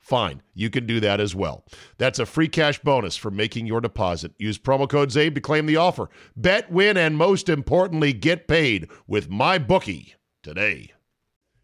fine. You can do that as well. That's a free cash bonus for making your deposit. Use promo code ZABE to claim the offer. Bet, win, and most importantly, get paid with my bookie today.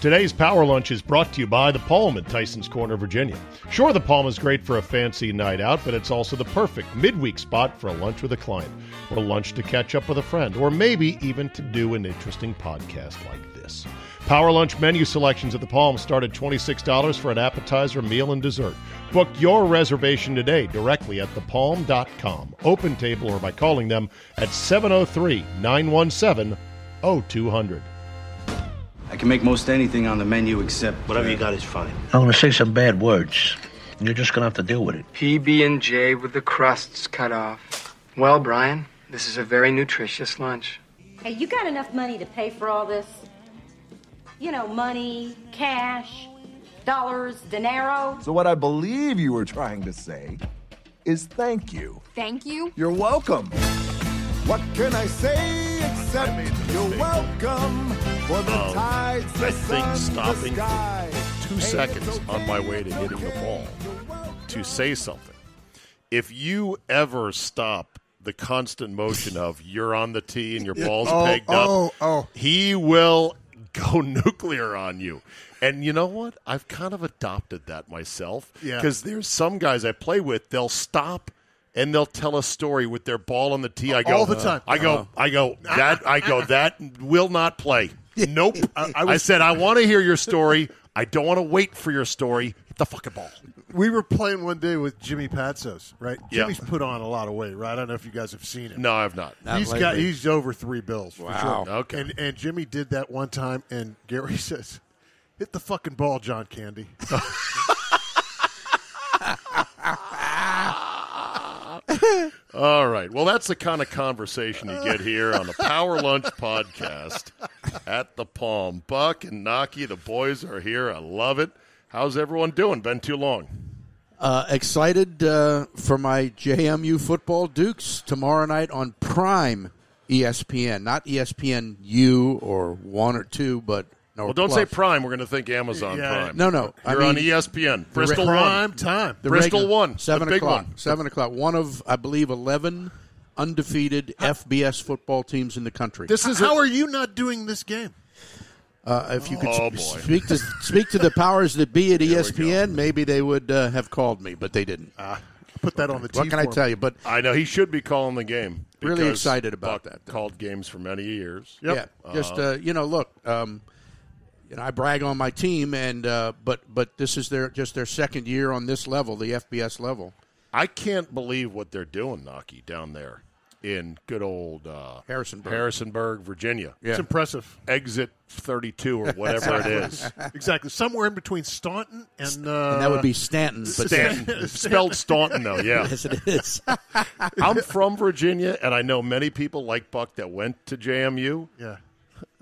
Today's Power Lunch is brought to you by The Palm at Tyson's Corner, Virginia. Sure, The Palm is great for a fancy night out, but it's also the perfect midweek spot for a lunch with a client, or lunch to catch up with a friend, or maybe even to do an interesting podcast like this. Power Lunch menu selections at The Palm start at $26 for an appetizer, meal, and dessert. Book your reservation today directly at thepalm.com, open table, or by calling them at 703 917 0200. I can make most anything on the menu except uh, whatever you got is fine. I'm gonna say some bad words. You're just gonna have to deal with it. PB and J with the crusts cut off. Well, Brian, this is a very nutritious lunch. Hey, you got enough money to pay for all this? You know, money, cash, dollars, dinero. So, what I believe you were trying to say is thank you. Thank you? You're welcome. What can I say except you're welcome for the Um, tides, the that thing sun, the stopping sky. for two Hey, it's seconds on my okay, way to it's hitting the okay, ball you're welcome. to say something. If you ever stop the constant motion of you're on the tee and your ball's Oh, pegged oh, up, oh. he will go nuclear on you. And you know what? I've kind of adopted that myself Yeah. because there's some guys I play with, they'll stop and they'll tell a story with their ball on the tee. I go All the time. Uh-huh. I go, I go that I go that will not play. Nope. I, was- said I want to hear your story. I don't want to wait for your story. Hit the fucking ball. we were playing one day with Jimmy Patsos, right? Yeah. Jimmy's put on a lot of weight, right? I don't know if you guys have seen him. No, I've not. Not he's lately. got he's over three bills. for Wow. sure. Okay. And and Jimmy did that one time, and Gary says, "Hit the fucking ball, John Candy." All right. Well, that's the kind of conversation you get here on the Power Lunch podcast at the Palm. Buck and Naki, the boys are here. I love it. How's everyone doing? Been too long. Uh, excited uh, for my JMU football Dukes tomorrow night on Prime ESPN, not ESPN U or one or two, but no. Well, don't plus. say Prime. We're going to think Amazon Yeah. Prime. No, no. I You're mean, on E ESPN. Bristol Prime. One. Prime time. The Bristol regular- won, the seven big o'clock, one. seven o'clock. One of I believe eleven undefeated FBS football teams in the country. This is how are you not doing this game? uh, if you could Oh, s- boy. speak to speak to the powers that be at E ESPN, maybe they would uh, have called me, but they didn't. Ah, Put that on the. what tee can I for him. tell you? But I know he should be calling the game. Really because excited about Buck that, though. Called games for many years. Yeah, just Uh-huh. uh, you know, look, um, you know, I brag on my team, and uh, but but this is their just their second year on this level, the FBS level, I can't believe what they're doing, Naki, down there in good old uh, Harrisonburg. Harrisonburg, Virginia. Yeah. It's impressive. Exit 32 or whatever it is. Exactly. Somewhere in between Staunton and, uh, and that would be Stanton. But Stanton. Spelled Staunton, though, yeah. yes, it is. I'm from Virginia, and I know many people like Buck that went to JMU. yeah.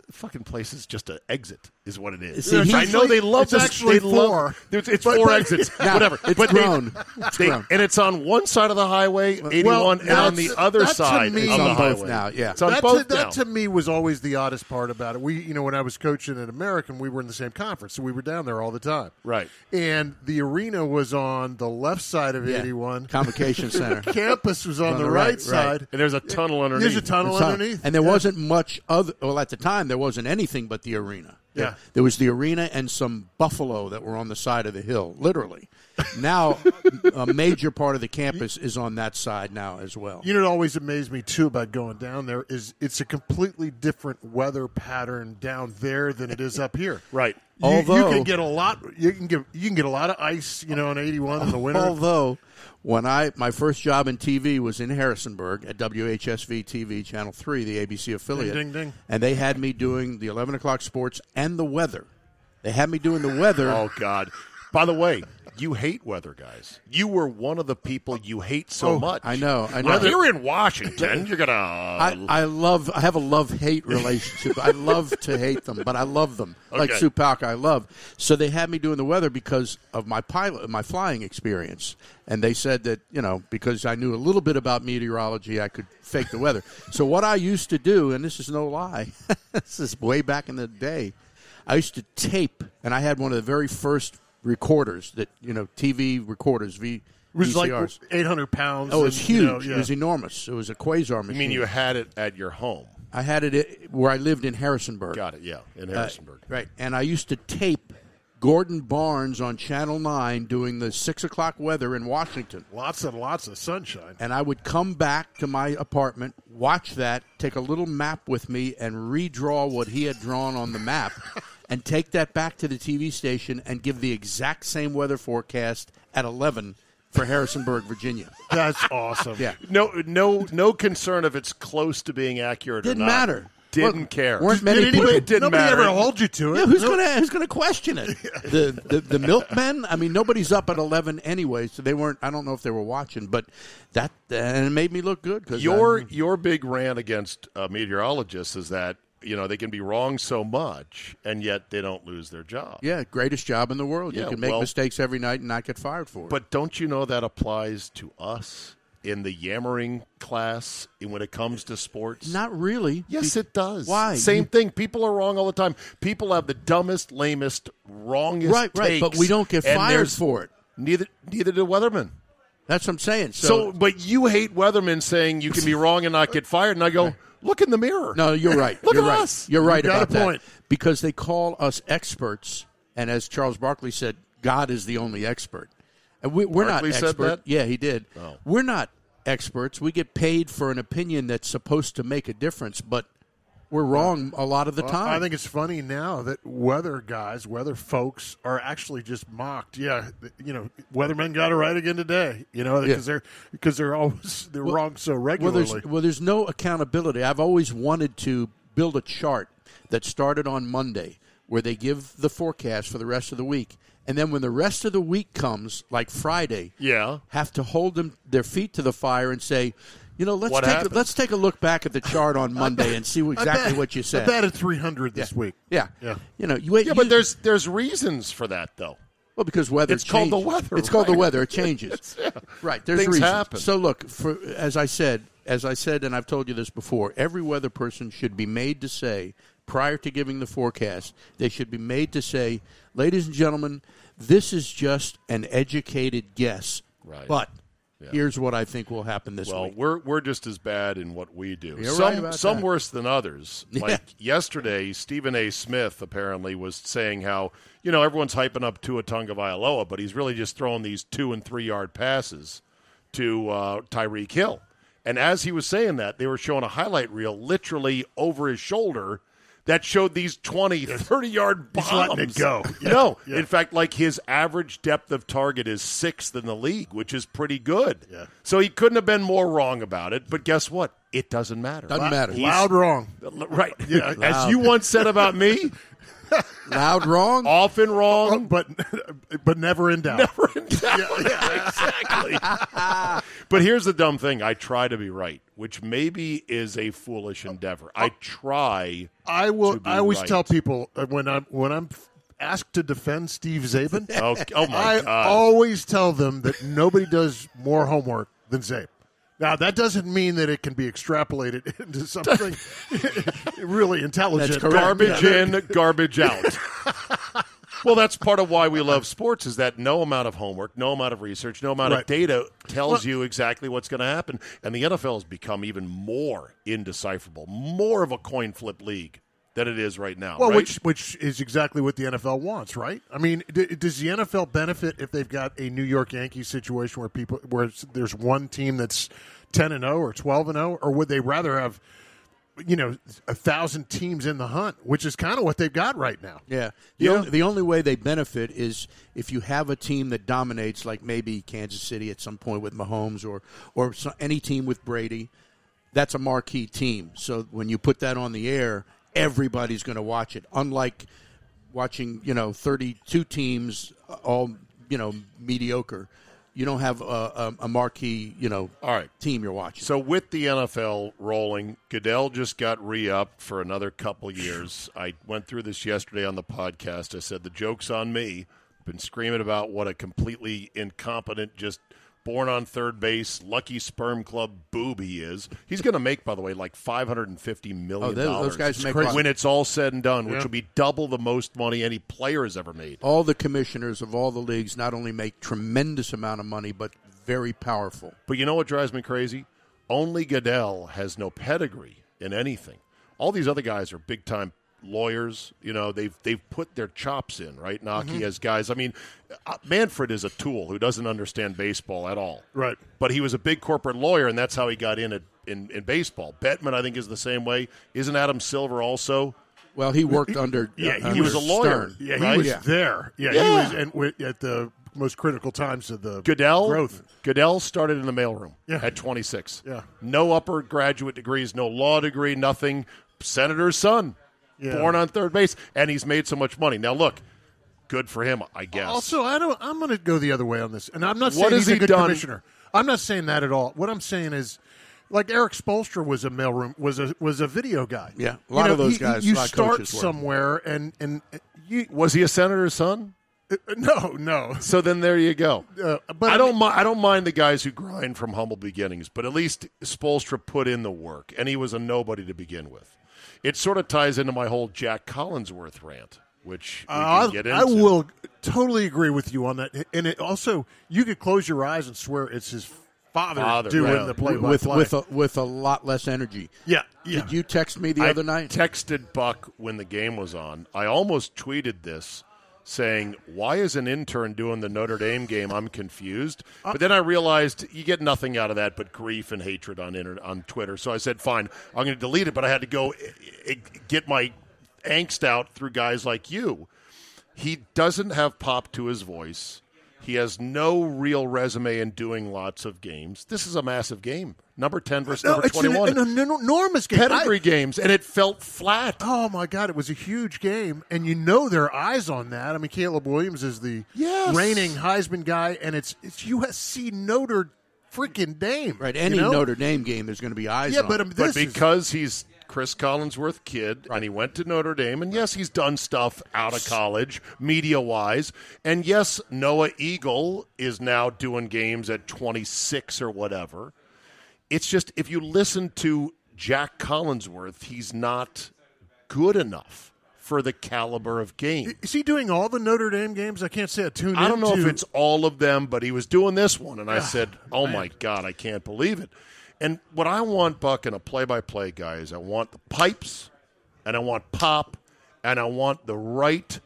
The fucking place is just an exit, is what it is. See, he's- I know they love it's this. actually they love- four. it's it's four exits, No, whatever. it's but they- grown. It's they- grown. and it's on one side of the highway, 81, and on the that's- other that to side me- of It's the on both highway. now, yeah. It's on that, both to, now. that to me was always the oddest part about it. We, you know, when I was coaching at American, we were in the same conference, so we were down there all the time. Right. And the arena was on the left side of 81. Convocation Center. Campus was on, the, right, side. and there's a tunnel underneath. There's a tunnel It's not- underneath. And there wasn't much other. Well, at the time, there wasn't anything but the arena. There- Yeah. There was the arena and some buffalo that were on the side of the hill, literally. Now, a major part of the campus is on that side now as well. You know, what always amazed me too about going down there is it's a completely different weather pattern down there than it is up here. Right. You, you Although- can get a lot, you can get you can get a lot of ice, you know, in '81 in the winter. Although, when I my first job in TV was in Harrisonburg at WHSV TV Channel Three, the ABC affiliate, Ding, ding, ding. and they had me doing the eleven o'clock sports and the weather. They had me doing the weather. Oh God! By the way, you hate weather, guys. You were one of the people you hate so much. Oh, I know, I Well, know. you're in Washington. You're gonna. I, I love I have a love hate relationship. I love to hate them, but I love them. Like Okay. Supac, I love. So they had me doing the weather because of my pilot my flying experience. And they said that, you know, because I knew a little bit about meteorology, I could fake the weather. so what I used to do, and this is no lie, this is way back in the day, I used to tape and I had one of the very first recorders that, you know, TV recorders, V it was like VCRs. 800 pounds. Oh, it was and, huge. you know, yeah. It was enormous. It was a quasar machine. I mean, you had it at your home. I had it at, where I lived in Harrisonburg. Got it? Yeah, in Uh, Harrisonburg. right. And I used to tape Gordon Barnes on Channel 9 doing the 6 o'clock weather in Washington. lots and lots of sunshine. And I would come back to my apartment, watch that, take a little map with me, and redraw what he had drawn on the map, and take that back to the TV station and give the exact same weather forecast at 11 for Harrisonburg, Virginia. That's awesome. Yeah. No, no, no concern if it's close to being accurate. Didn't or not. matter. Didn't Look, care. weren't many Did people- anybody, It didn't nobody matter. ever hold you to it. Yeah, who's No- gonna who's gonna question it? The the, the milkmen. I mean, nobody's up at eleven anyway, so they weren't. I don't know if they were watching, but that and it made me look good because Your your big rant against uh, meteorologists is that you know they can be wrong so much, and yet they don't lose their job. yeah greatest job in the world. Yeah, you can make well- mistakes every night and not get fired for it. But don't you know that applies to us in the yammering class and when it comes to sports? not really. Yes, Be- it does. Why? Same You- thing. People are wrong all the time. People have the dumbest, lamest, wrongest Right, right. But takes, we don't get and fired there's- for it. Neither, neither do weathermen. That's what I'm saying. So, So, but you hate weathermen saying you can be wrong and not get fired, and I go, look in the mirror. no, you're right. Look you're at right. us. You're right You got about a that point. because they call us experts, and as Charles Barkley said, God is the only expert. And we, we're Barkley not said expert. that? Yeah, he did. Oh. We're not experts. We get paid for an opinion that's supposed to make a difference, but we're wrong a lot of the Well, time. I think it's funny now that weather guys, weather folks, are actually just mocked. Yeah, th- you know, weathermen got it right again today. You know, because they're because they're always they're wrong so well, regularly. there's well, there's no accountability. I've always wanted to build a chart that started on Monday where they give the forecast for the rest of the week, and then when the rest of the week comes, like Friday, Yeah. have to hold them their feet to the fire and say. You know, let's What take, happened? a, let's take a look back at the chart on Monday and see I exactly bet- what you said. I bet at three hundred this week. yeah, Yeah. You know, you, Yeah, but you- there's there's reasons for that though. Well, because weather It's called the changes. weather, It's called the right? weather. It changes. Right. There's Things reasons. happen. So look, for as I said, as I said, and I've told you this before, every weather person should be made to say prior to giving the forecast, they should be made to say, ladies and gentlemen, this is just an educated guess. Right. But here's what I think will happen this Well, week. we're we're just as bad in what we do. You're some right about some that. worse than others. Like yesterday, Stephen A. Smith apparently was saying how you know everyone's hyping up Tua Tagovailoa, but he's really just throwing these two and three yard passes to uh, Tyreek Hill. And as he was saying that, they were showing a highlight reel literally over his shoulder that showed these 20, 30 yard bombs. He's letting it go. Yeah. No, Yeah. in fact, like his average depth of target is sixth in the league, which is pretty good. Yeah. So he couldn't have been more wrong about it. But guess what? It doesn't matter. Doesn't matter. Loud wrong. Right. Yeah. As you once said about me, Loud wrong. often wrong. But but never in doubt. yeah, exactly. but here's the dumb thing: I try to be right, which maybe is a foolish endeavor. I try. I will. to be I always right. tell people uh, when I'm when I'm asked to defend Steve Zabin. Oh, oh my I god! always tell them that nobody does more homework than Zabe. Now that doesn't mean that it can be extrapolated into something really intelligent. That's correct. garbage Yeah. in, garbage out. well, that's part of why we love sports is that no amount of homework, no amount of research, no amount of Right. data tells Well- you exactly what's going to happen. And the NFL has become even more indecipherable, more of a coin flip league than it is right now. Well, right? which which is exactly what the NFL wants, right? I mean, d- does the NFL benefit if they've got a New York Yankees situation where people where it's- there's one team that's ten and zero or twelve and zero, or would they rather have? You know, a thousand teams in the hunt, which is kind of what they've got right now. Yeah. The, on- the only way they benefit is if you have a team that dominates, like maybe Kansas City at some point with Mahomes or, or so, any team with Brady. That's a marquee team. So when you put that on the air, everybody's going to watch it. Unlike watching, you know, 32 teams, uh, all, you know, mediocre. You don't have a, a, a marquee, you know, All right. team you're watching. So with the NFL rolling, Goodell just got re-upped for another couple years. I went through this yesterday on the podcast. I said the joke's on me. Been screaming about what a completely incompetent, just born on third base, lucky sperm club boob he is. He's going to make, by the way, like five hundred and fifty million Oh, those- those guys It's make crazy. lots. when it's all said and done, which Yeah. will be double the most money any player has ever made. all the commissioners of all the leagues not only make tremendous amount of money, but very powerful. But you know what drives me crazy? Only Goodell has no pedigree in anything. All these other guys are big time lawyers. You know, they've they've put their chops in, right? Naki Mm-hmm. has guys. I mean, uh, Manfred is a tool who doesn't understand baseball at all. Right. But he was a big corporate lawyer, and that's how he got in at, in, in baseball. Bettman, I think, is the same way. Isn't Adam Silver also? Well, he worked under. yeah, he under was a lawyer. Stern. Yeah, he right? was Yeah. there. Yeah, Yeah. he was and wi- at the most critical times of the Goodell growth. Goodell started in the mailroom Yeah. at 26. Yeah. No upper graduate degrees, no law degree, nothing. Senator's son, Yeah. born on third base, and he's made so much money. Now look, good for him, I guess. Also, I don't. I'm going to go the other way on this, and I'm not What saying has he's a he good done- commissioner. I'm not saying that at all. What I'm saying is, like Eric Spolstra was a mailroom was a was a video guy. Yeah, a lot of those you- guys, You a lot of start coaches were. somewhere, and and you was he a senator's son? no no. So then there you go. Uh, but I don't mi- I don't mind the guys who grind from humble beginnings, but at least Spolstra put in the work, and he was a nobody to begin with. It sort of ties into my whole Jack Collinsworth rant, which we Uh, can get I- into. I will totally agree with you on that. And it also, you could close your eyes and swear it's his father, Father, doing right. the play by with play. with a, with a lot less energy. yeah, yeah. Did you text me the I other night? Texted Buck when the game was on. I almost tweeted this saying, Why is an intern doing the Notre Dame game? I'm confused. But then I realized you get nothing out of that but grief and hatred on, internet, on Twitter. So I said, Fine, I'm going to delete it. But I had to go eh, eh, get my angst out through guys like you. He doesn't have pop to his voice. He has no real resume in doing lots of games. This is a massive game. Number 10 versus No, number it's an, 21 an, enormous game. pedigree I- games, and it felt flat. Oh my God! It was a huge game, and you know their eyes on that. I mean, Caleb Williams is the Yes. reigning Heisman guy, and it's it's USC Notre freaking Dame, Right, you any know? Notre Dame game is going to be eyes. Yeah, on. but um, But this is- because he's Chris Collinsworth kid, and he went to Notre Dame, and yes, he's done stuff out of college, media wise, and yes, Noah Eagle is now doing games at 26 or whatever. It's just if you listen to Jack Collinsworth, he's not good enough for the caliber of game. is he doing all the Notre Dame games? I can't say I tuned. I don't know if into- it's all of them, but he was doing this one, and I said, "Oh my god, I can't believe it." And what I want, Buck, in a play-by-play guy is I want the pipes, and I want pop, and I want the right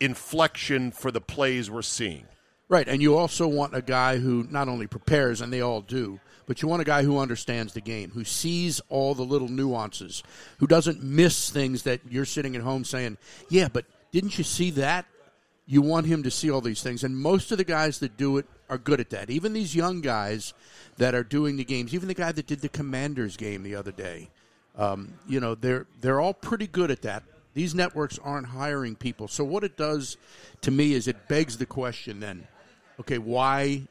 inflection for the plays we're seeing. Right, and you also want a guy who not only prepares, and they all do, but you want a guy who understands the game, who sees all the little nuances, who doesn't miss things that you're sitting at home saying, "Yeah, but didn't you see that?" You want him to see all these things, and most of the guys that do it are good at that. Even these young guys that are doing the games, even the guy that did the Commanders game the other day, um, you know, they're they're all pretty good at that. These networks aren't hiring people, so what it does to me is it begs the question then okay, why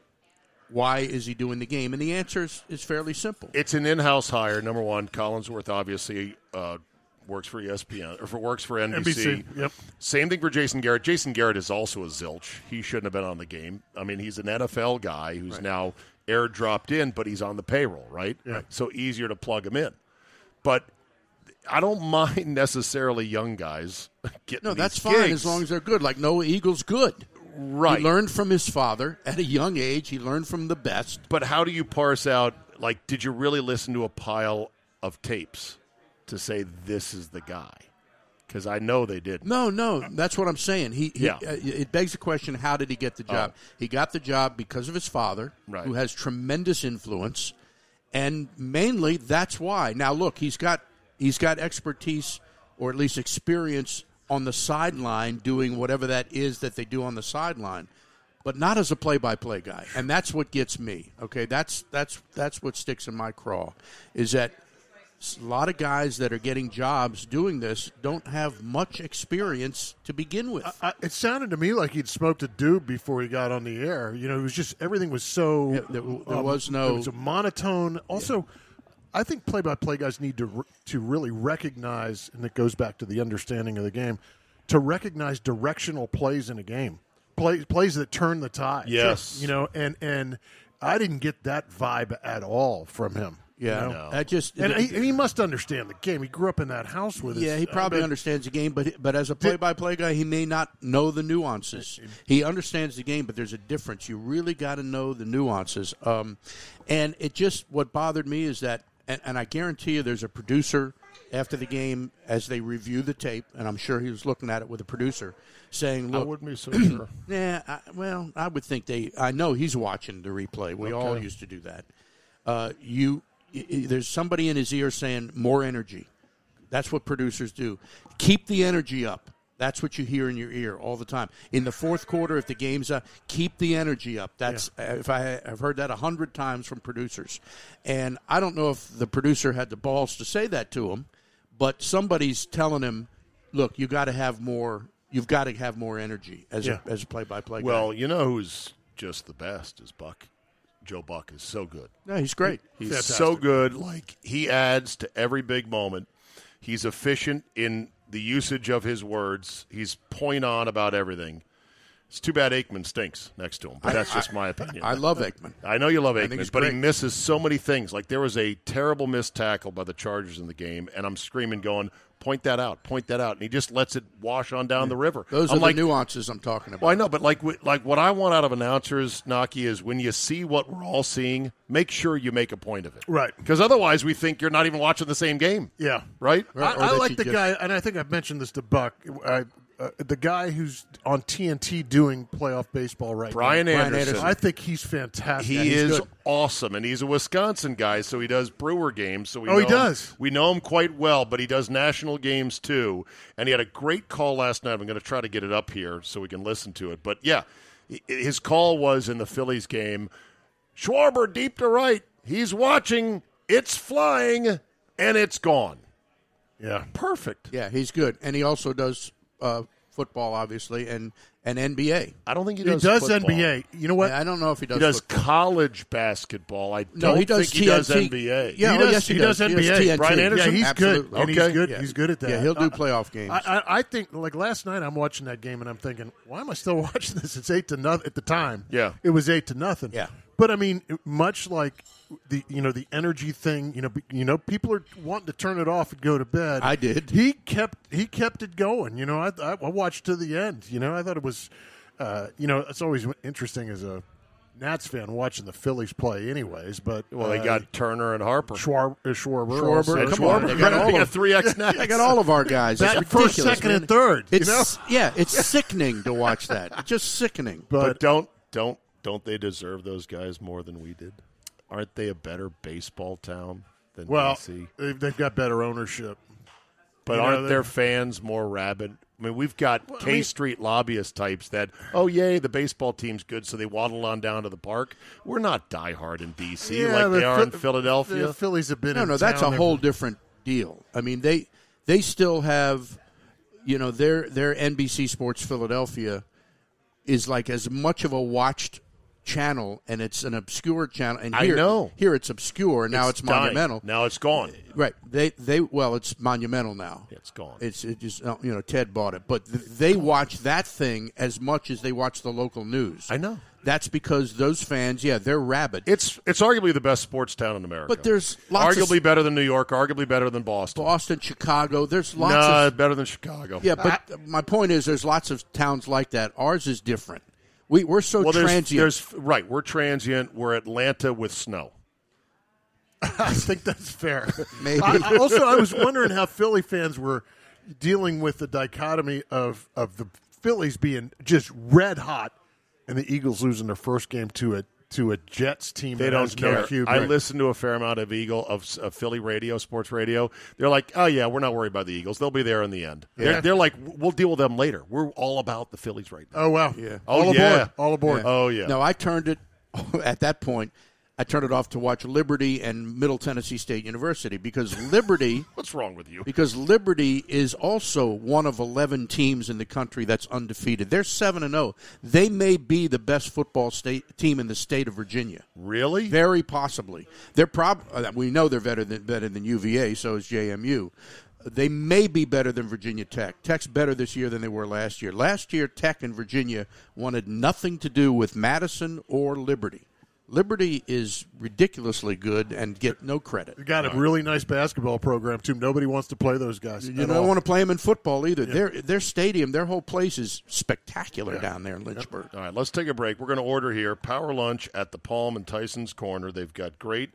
why is he doing the game? And the answer is, is fairly simple. It's an in-house hire. Number one, Collinsworth obviously uh, works for ESPN or for works for NBC. NBC, yep. Same thing for Jason Garrett. Jason Garrett is also a zilch. He shouldn't have been on the game. I mean, he's an NFL guy who's now airdropped in, but he's on the payroll, right? Yeah. So easier to plug him in. But I don't mind necessarily young guys getting no, these that's gigs. fine as long as they're good. Like Noah Eagle's good. right. He learned from his father at a young age. He learned from the best. but how do you parse out like did you really listen to a pile of tapes to say this is the guy because i know they didn't No, no, that's what I'm saying. He, he Yeah. uh, it begs the question: How did he get the job? He got the job because of his father, Right. who has tremendous influence, and mainly that's why. Now, look, he's got he's got expertise or at least experience on the sideline doing whatever that is that they do on the sideline, but not as a play-by-play guy, and that's what gets me. Okay, that's that's that's what sticks in my craw, is that a lot of guys that are getting jobs doing this don't have much experience to begin with. I, it sounded to me like he'd smoked a doob before he got on the air. You know, it was just everything was so Yeah, there- there um, was no- It was a monotone. Also, I think play-by-play guys need to re- to really recognize, and it goes back to the understanding of the game, to recognize directional plays in a game, plays plays that turn the tide. Yes. you know, and and I didn't get that vibe at all from him. you yeah, know? that just and, he, and he must understand the game. He grew up in that house with. yeah, his, uh, he probably I mean, understands the game, but but as a play-by-play guy, he may not know the nuances. He understands the game, but there's a difference. You really got to know the nuances. Um, and it just what bothered me is that, and, and I guarantee you, there's a producer after the game as they review the tape, and I'm sure he was looking at it with a producer saying, "Look, be so sure Yeah, I, well, I would think they. I know he's watching the replay. We all used to do that. Uh, you, y- y- there's somebody in his ear saying more energy. That's what producers do. Keep the energy up. That's what you hear in your ear all the time. In the fourth quarter, if the game's up, keep the energy up. That's if I have heard that a hundred times from producers, and I don't know if the producer had the balls to say that to him, but somebody's telling him, "Look, you got to have more. You've got to have more energy as Yeah. a, as a play-by-play." guy." well you know who's just the best is buck joe buck is so good no, he's great. He's so good. Like he adds to every big moment. He's efficient in the usage of his words. He's point on about everything. It's too bad Aikman stinks next to him, but that's just my opinion. I love Aikman. I know you love think Aikman, he's but he great. misses so many things. Like there was a terrible missed tackle by the Chargers in the game, and I'm screaming, going, "Point that out! Point that out!" And he just lets it wash on down the river. Those I'm are like, the nuances I'm talking about. well, I know, but like, wi- like what I want out of announcers, Naki, is when you see what we're all seeing, make sure you make a point of it, Right. Because otherwise, we think you're not even watching the same game, Yeah. right? Right. or I, I that like you the just- guy, and I think I've mentioned this to Buck. I uh, the guy who's on TNT doing playoff baseball right Brian now. Anderson. I think he's fantastic. He He's is good. awesome, and he's a Wisconsin guy, so he does Brewer games. So we Oh, he know does. Him, we know him quite well, but he does national games too. And he had a great call last night. I'm going to try to get it up here so we can listen to it. But yeah, hi- his call was in the Phillies game. Schwarber deep to right. He's watching. It's flying, and it's gone. Yeah. Perfect. Yeah, he's good, and he also does uh, football, obviously, and and NBA. I don't think he He does. does football. NBA. You know what? I don't know if he does. He does football. college basketball. I don't No, he does think he does TNT. NBA. Yeah, he oh, does, yes, he he does. does He does NBA. TNT. Brian Anderson? Yeah, he's good. Absolutely. And Okay. he's good. Yeah. He's good at that. Yeah, he'll do I- playoff games. I, I, I think like last night I'm watching that game and I'm thinking, why am I still watching this? It's eight to nothing at the time. Yeah. it was eight to nothing. Yeah. but I mean, much like the you know the energy thing, you know, be- you know, people are wanting to turn it off and go to bed. I did. uh, He kept he kept it going. You know, I I, I watched to the end. You know, I thought it was, uh, you know, it's always interesting as a Nats fan watching the Phillies play, anyways. But Well, they uh, got Turner and Harper. Schwar- uh, Schwarber, Schwarber, also. and Come on, Schwarber. they got all of- of three X Nats. I got all of our guys. That it's first, ridiculous, second, man. and third, you It's know? yeah, it's sickening to watch that. Just sickening. But, don't don't don't they deserve those guys more than we did? Aren't they a better baseball town than Well, DC? they've, they've got better ownership. But you know, aren't they- their fans more rabid? I mean, we've got Well, I K mean- Street lobbyist types that, oh yay, the baseball team's good, so they waddle on down to the park. We're not diehard in DC like the they are in Phil- Philadelphia. The Phillies have been No, in no, that's a town ever- whole different deal. I mean, they they still have, you know, their their NBC Sports Philadelphia is like as much of a watched channel, and it's an obscure channel. And I here, know. here it's obscure. Now it's, dying. monumental. Now it's gone. Right. They they well, it's monumental now. It's gone. It's it just uh, you know Ted bought it, but th- they watch that thing as much as they watch the local news. I know. That's because those fans, yeah, they're rabid. It's it's arguably the best sports town in America. But there's lots of- arguably better than New York, arguably better than Boston. Boston, Chicago, there's No, lots of better than Chicago. Yeah, but my point is, there's lots of towns like that. Ours is different. We we're so well, there's, transient. there's right. We're transient. We're Atlanta with snow. I think that's fair. Maybe. I, I- also, I was wondering how Philly fans were dealing with the dichotomy of of the Phillies being just red hot and the Eagles losing their first game to a to a Jets team. They that don't has no care. Cuban. I listen to a fair amount of Eagle of, of Philly radio, sports radio. They're like, oh yeah, we're not worried about the Eagles. They'll be there in the end. They're, they're like, we'll deal with them later. We're all about the Phillies right now. Oh wow! Yeah. All Oh, aboard! yeah. All aboard! Oh yeah. No, I turned it at that point. I turned it off to watch Liberty and Middle Tennessee State University because Liberty, What's wrong with you? because Liberty is also one of eleven teams in the country that's undefeated. They're seven and zero. They may be the best football state team in the state of Virginia. Really? Very possibly. They're prob- uh, we know they're better than better than UVA, so is JMU. They may be better than Virginia Tech. Tech's better this year than they were last year. Last year Tech and Virginia wanted nothing to do with Madison or Liberty. Liberty is ridiculously good and get no credit. They got a really nice basketball program too. Nobody wants to play those guys. You at don't all. want to play them in football either. Their their stadium, their whole place is spectacular down there in Lynchburg. All right, let's take a break. We're going to order here Power Lunch at the Palm and Tyson's Corner. They've got great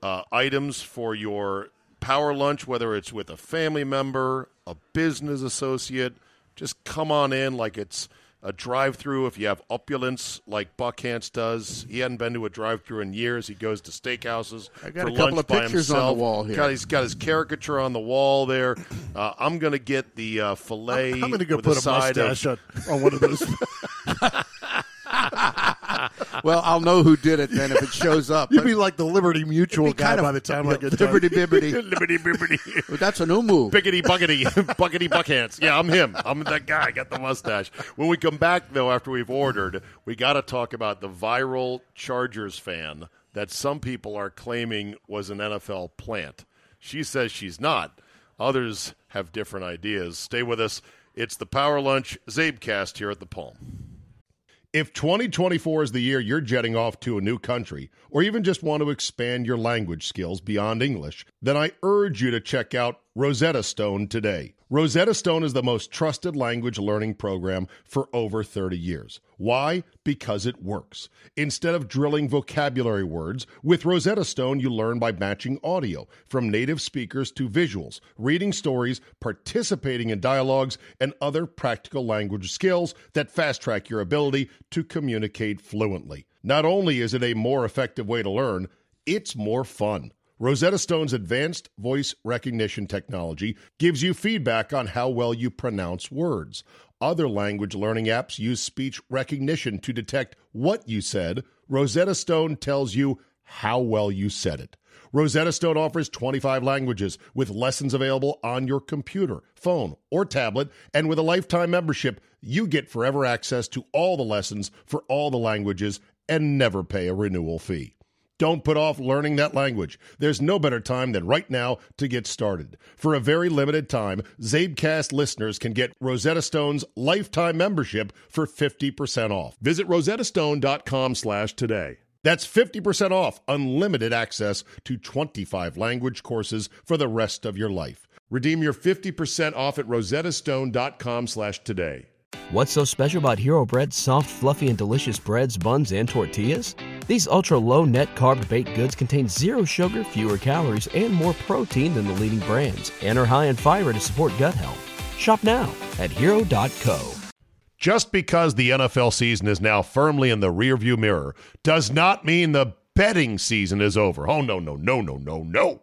uh, items for your power lunch, whether it's with a family member, a business associate. Just come on in like it's a drive through. If you have opulence like Buckhantz does, he hadn't been to a drive through in years. He goes to steakhouses I got for a couple lunch of by pictures on the himself. wall here. God, he's got his caricature on the wall there. Uh, I'm going to get the uh, filet. I'm going to go with put a a side of- mustache on, on one of those. Well, I'll know who did it then if it shows up. You'd be like the Liberty Mutual It'd be guy kind of- by the time I yeah, get done. Liberty Bibbity. Liberty, liberty. That's a new move. Biggity buckety, buckety buckhands. Yeah, I'm him. I'm that guy. I got the mustache. When we come back, though, after we've ordered, we got to talk about the viral Chargers fan that some people are claiming was an NFL plant. She says she's not. Others have different ideas. Stay with us. It's the Power Lunch Zabecast here at the Palm. If 2024 is the year you're jetting off to a new country, or even just want to expand your language skills beyond English, then I urge you to check out Rosetta Stone today. Rosetta Stone is the most trusted language learning program for over 30 years. Why? Because it works. Instead of drilling vocabulary words, with Rosetta Stone you learn by matching audio from native speakers to visuals, reading stories, participating in dialogues, and other practical language skills that fast track your ability to communicate fluently. Not only is it a more effective way to learn, it's more fun. Rosetta Stone's advanced voice recognition technology gives you feedback on how well you pronounce words. Other language learning apps use speech recognition to detect what you said. Rosetta Stone tells you how well you said it. Rosetta Stone offers 25 languages with lessons available on your computer, phone, or tablet. And with a lifetime membership, you get forever access to all the lessons for all the languages and never pay a renewal fee. Don't put off learning that language. There's no better time than right now to get started. For a very limited time, Zabecast listeners can get Rosetta Stone's lifetime membership for 50% off. Visit rosettastone.com slash today. That's 50% off unlimited access to 25 language courses for the rest of your life. Redeem your 50% off at rosettastone.com slash today. What's so special about Hero Bread's soft, fluffy, and delicious breads, buns, and tortillas? These ultra low net carb baked goods contain zero sugar, fewer calories, and more protein than the leading brands, and are high in fiber to support gut health. Shop now at hero.co. Just because the NFL season is now firmly in the rearview mirror does not mean the betting season is over. Oh, no, no, no, no, no, no.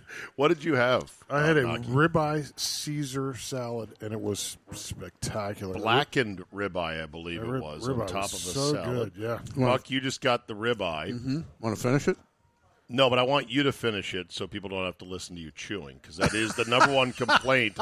What did you have? I had Uh, a Naki? ribeye Caesar salad, and it was spectacular. blackened ribeye, I believe The it rib- was, ribeye on top was of a so salad. good, yeah. Buck, you just got the ribeye. Want to finish it? No, but I want you to finish it so people don't have to listen to you chewing because that is the number one complaint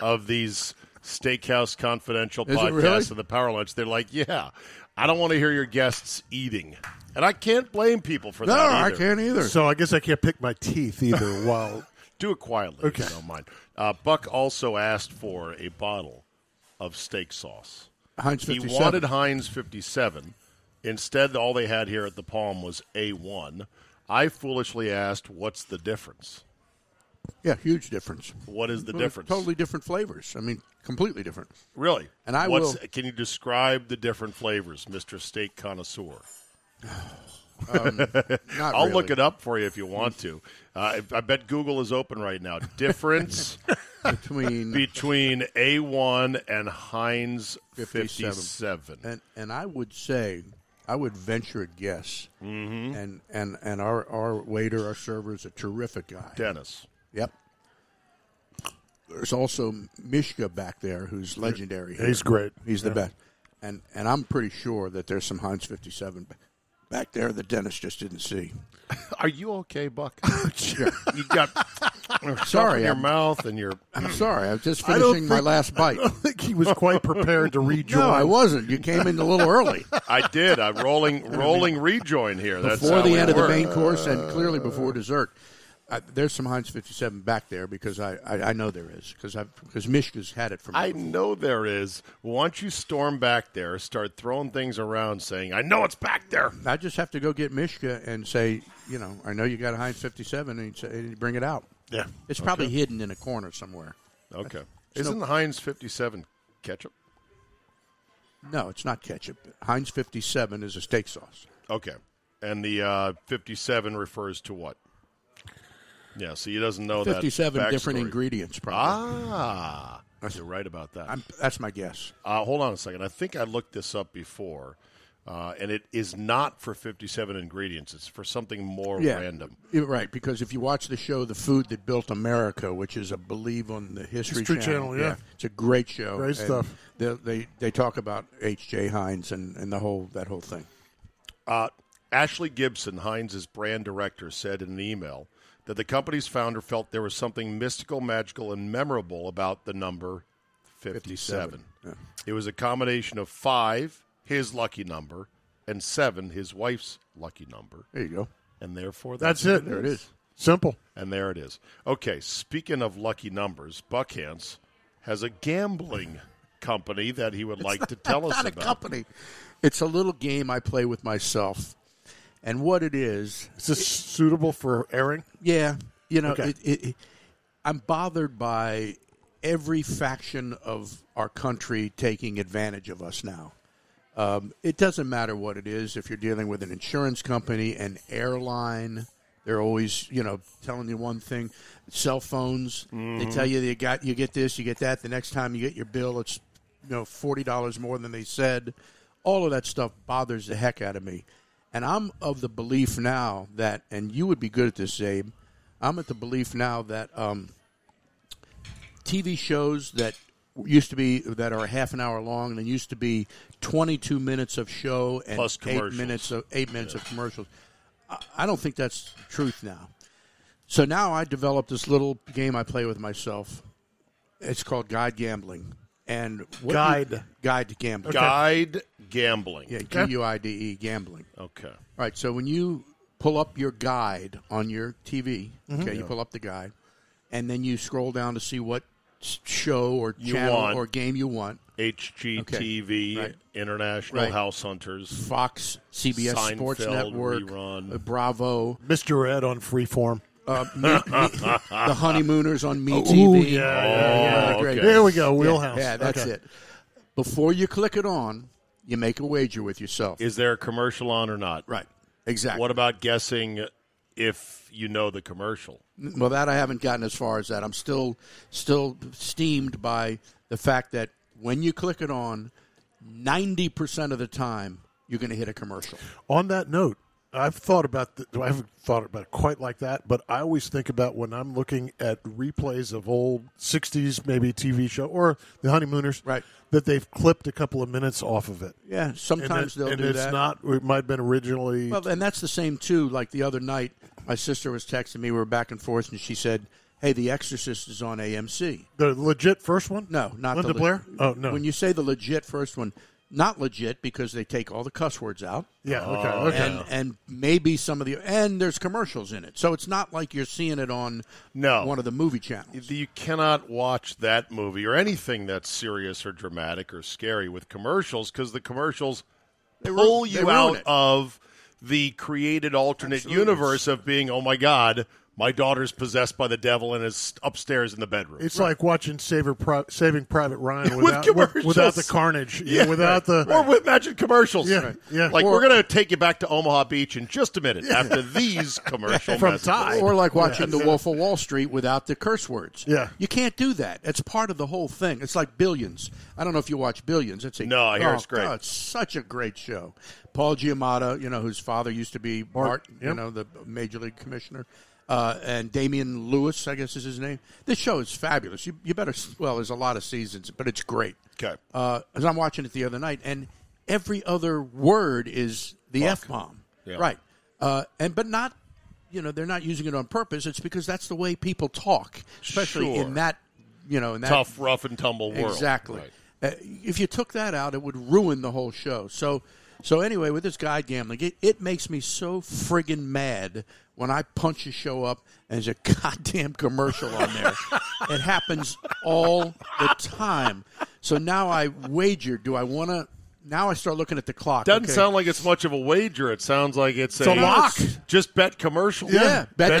of these steakhouse confidential Is it podcasts really? and the power lunch. They're like, yeah, I don't want to hear your guests eating, and I can't blame people for No, that. I either. can't either. So I guess I can't pick my teeth either. While Do it quietly. Okay. If you don't mind. Uh, Buck also asked for a bottle of steak sauce. Heinz He 57. wanted Heinz 57. Instead, all they had here at the Palm was A1. I foolishly asked, what's the difference? yeah, huge difference. What is the Well, they're difference? Totally different flavors. I mean, completely different. Really? And I What's, will- Can you describe the different flavors, Mr. Steak Connoisseur? Not I'll really. look it up for you if you want to. Uh, I I bet Google is open right now. Difference between between A1 and Heinz 57. 57. and and I would say I would venture a guess. Mm-hmm. And and and our our waiter, our server is a terrific guy. Dennis. Yep. There's also Mishka back there, who's legendary. here. he's great. He's the best. And and I'm pretty sure that there's some Heinz 57 ba- back there that Dennis just didn't see. Are you okay, Buck? you got Sorry, in your I'm- mouth and your. I'm sorry. I was just don't finishing my think- last bite. I think he was quite prepared to rejoin. No, I wasn't. You came in a little early I did. I'm rolling, rolling rejoin here. That's before how the we end of the work. main course and clearly before dessert. I, there's some Heinz 57 back there because I, I, I know there is because I because Mishka's had it for me. I know there is. Once you storm back there, start throwing things around, saying, "I know it's back there." I just have to go get Mishka and say, you know, I know you got a Heinz 57, and he'd, say, and he'd bring it out. Yeah. It's probably hidden in a corner somewhere. Okay. Isn't Heinz fifty-seven ketchup? No, it's not ketchup. Heinz 57 is a steak sauce. Okay. And the uh, fifty-seven refers to what? Yeah. So he doesn't know that 57 different Oh, backstory. ingredients, probably. Ah, you're right about that. I'm, that's my guess. Uh, hold on a second. I think I looked this up before, uh, and it is not for 57 ingredients. It's for something more random. Yeah, Right, because if you watch the show The Food That Built America, which is, I believe, on the History, History Channel, yeah. It's a great show. Great and stuff. They, they, they talk about H.J. Hines and, and the whole that whole thing. Uh, Ashley Gibson, Heinz's brand director, said in an email that the company's founder felt there was something mystical, magical, and memorable about the number 57. It was a combination of five, his lucky number, and seven, his wife's lucky number. There you go. And therefore, That's it. There it is. Simple. And there it is. Okay, speaking of lucky numbers, Buckhans has a gambling company that he would like to tell us not a about. company. It's a little game I play with myself, and what it is, Is this suitable for airing? yeah, you know, Okay. it, it, it- I'm bothered by every faction of our country taking advantage of us now. Um, it doesn't matter what it is. If you're dealing with an insurance company, an airline, they're always you know telling you one thing. Cell phones, they tell you you got you get this, you get that. The next time you get your bill, it's you know forty dollars more than they said. All of that stuff bothers the heck out of me, and I'm of the belief now that, and you would be good at this, Abe. I'm at the belief now that um, TV shows that used to be that are half an hour long and used to be 22 minutes of show and Plus eight commercials. minutes of eight minutes of commercials. I, I don't think that's the truth now. So now I developed this little game I play with myself. It's called Guide Gambling, and what you- Guide. Guide to Gambling. Guide gambling. Yeah, G U I D E Gambling. Okay. All right, so when you pull up your guide on your TV, Mm-hmm. okay, you pull up the guide, and then you scroll down to see what s- show or You channel want. or game you want. HGTV, Okay. Right. International Right. House Hunters. Fox, CBS Sports Seinfeld Network, rerun. uh, Bravo, Mr. Ed on Freeform. Oh, uh, Me- Me- the Honeymooners on Me Ooh, TV. yeah, yeah, Oh, yeah. okay. There we go. Yeah, Wheelhouse. Yeah, that's Okay. it. Before you click it on, you make a wager with yourself. Is there a commercial on or not? right. Exactly. What about guessing if you know the commercial? Well, that I haven't gotten as far as that. I'm still still steamed by the fact that when you click it on, ninety percent of the time you're going to hit a commercial. On that note, I've thought about th- I haven't thought about it quite like that, but I always think about when I'm looking at replays of old '60s maybe TV show or the Honeymooners, Right. That they've clipped a couple of minutes off of it. Yeah, sometimes and it- they'll and do it's that. not. It might have been originally. well, and that's the same too. Like the other night, my sister was texting me. We were back and forth, and she said, "Hey, The Exorcist is on AMC." the legit first one? No, not Linda the le- Blair. Oh no. When you say the legit first one, not legit because they take all the cuss words out. yeah. Okay. okay. and and maybe some of the and there's commercials in it, so it's not like you're seeing it on No. one of the movie channels. You cannot watch that movie or anything that's serious or dramatic or scary with commercials because the commercials They ru- pull they you ruin out it. of the created alternate universe of being, oh my God, my daughter's possessed by the devil and is upstairs in the bedroom. It's like watching Saver Pri- Saving Private Ryan without, commercials. without the carnage. Yeah, without the or with magic commercials. Yeah, Right. yeah. Like Or- we're gonna take you back to Omaha Beach in just a minute after these commercial From messages. Tide. Or like watching The Wolf of Wall Street without the curse words. Yeah. you can't do that. It's part of the whole thing. It's like Billions. I don't know if you watch Billions. It's a, No, I hear oh, it's great. God, it's such a great show. Paul Giamatti, you know, whose father used to be Bart, you yep. know, the major league commissioner. Uh, and Damian Lewis, I guess is his name. This show is fabulous. You, you better, s- well, there's a lot of seasons, but it's great. Okay. uh, as I'm watching it the other night, and every other word is the f bomb, Yeah. right? Uh, and but not, you know, they're not using it on purpose. It's because that's the way people talk, especially Sure. in that, you know, in that Tough, rough and tumble world. Exactly. Right. Uh, if you took that out, it would ruin the whole show. So, so anyway, with this guide gambling, it, it makes me so friggin' mad when I punch a show up and there's a goddamn commercial on there. it happens all the time. So now I wager. Do I want to? Now I start looking at the clock. Doesn't Okay. sound like it's much of a wager. It sounds like it's, It's a lock. Just bet commercial. Yeah, bet,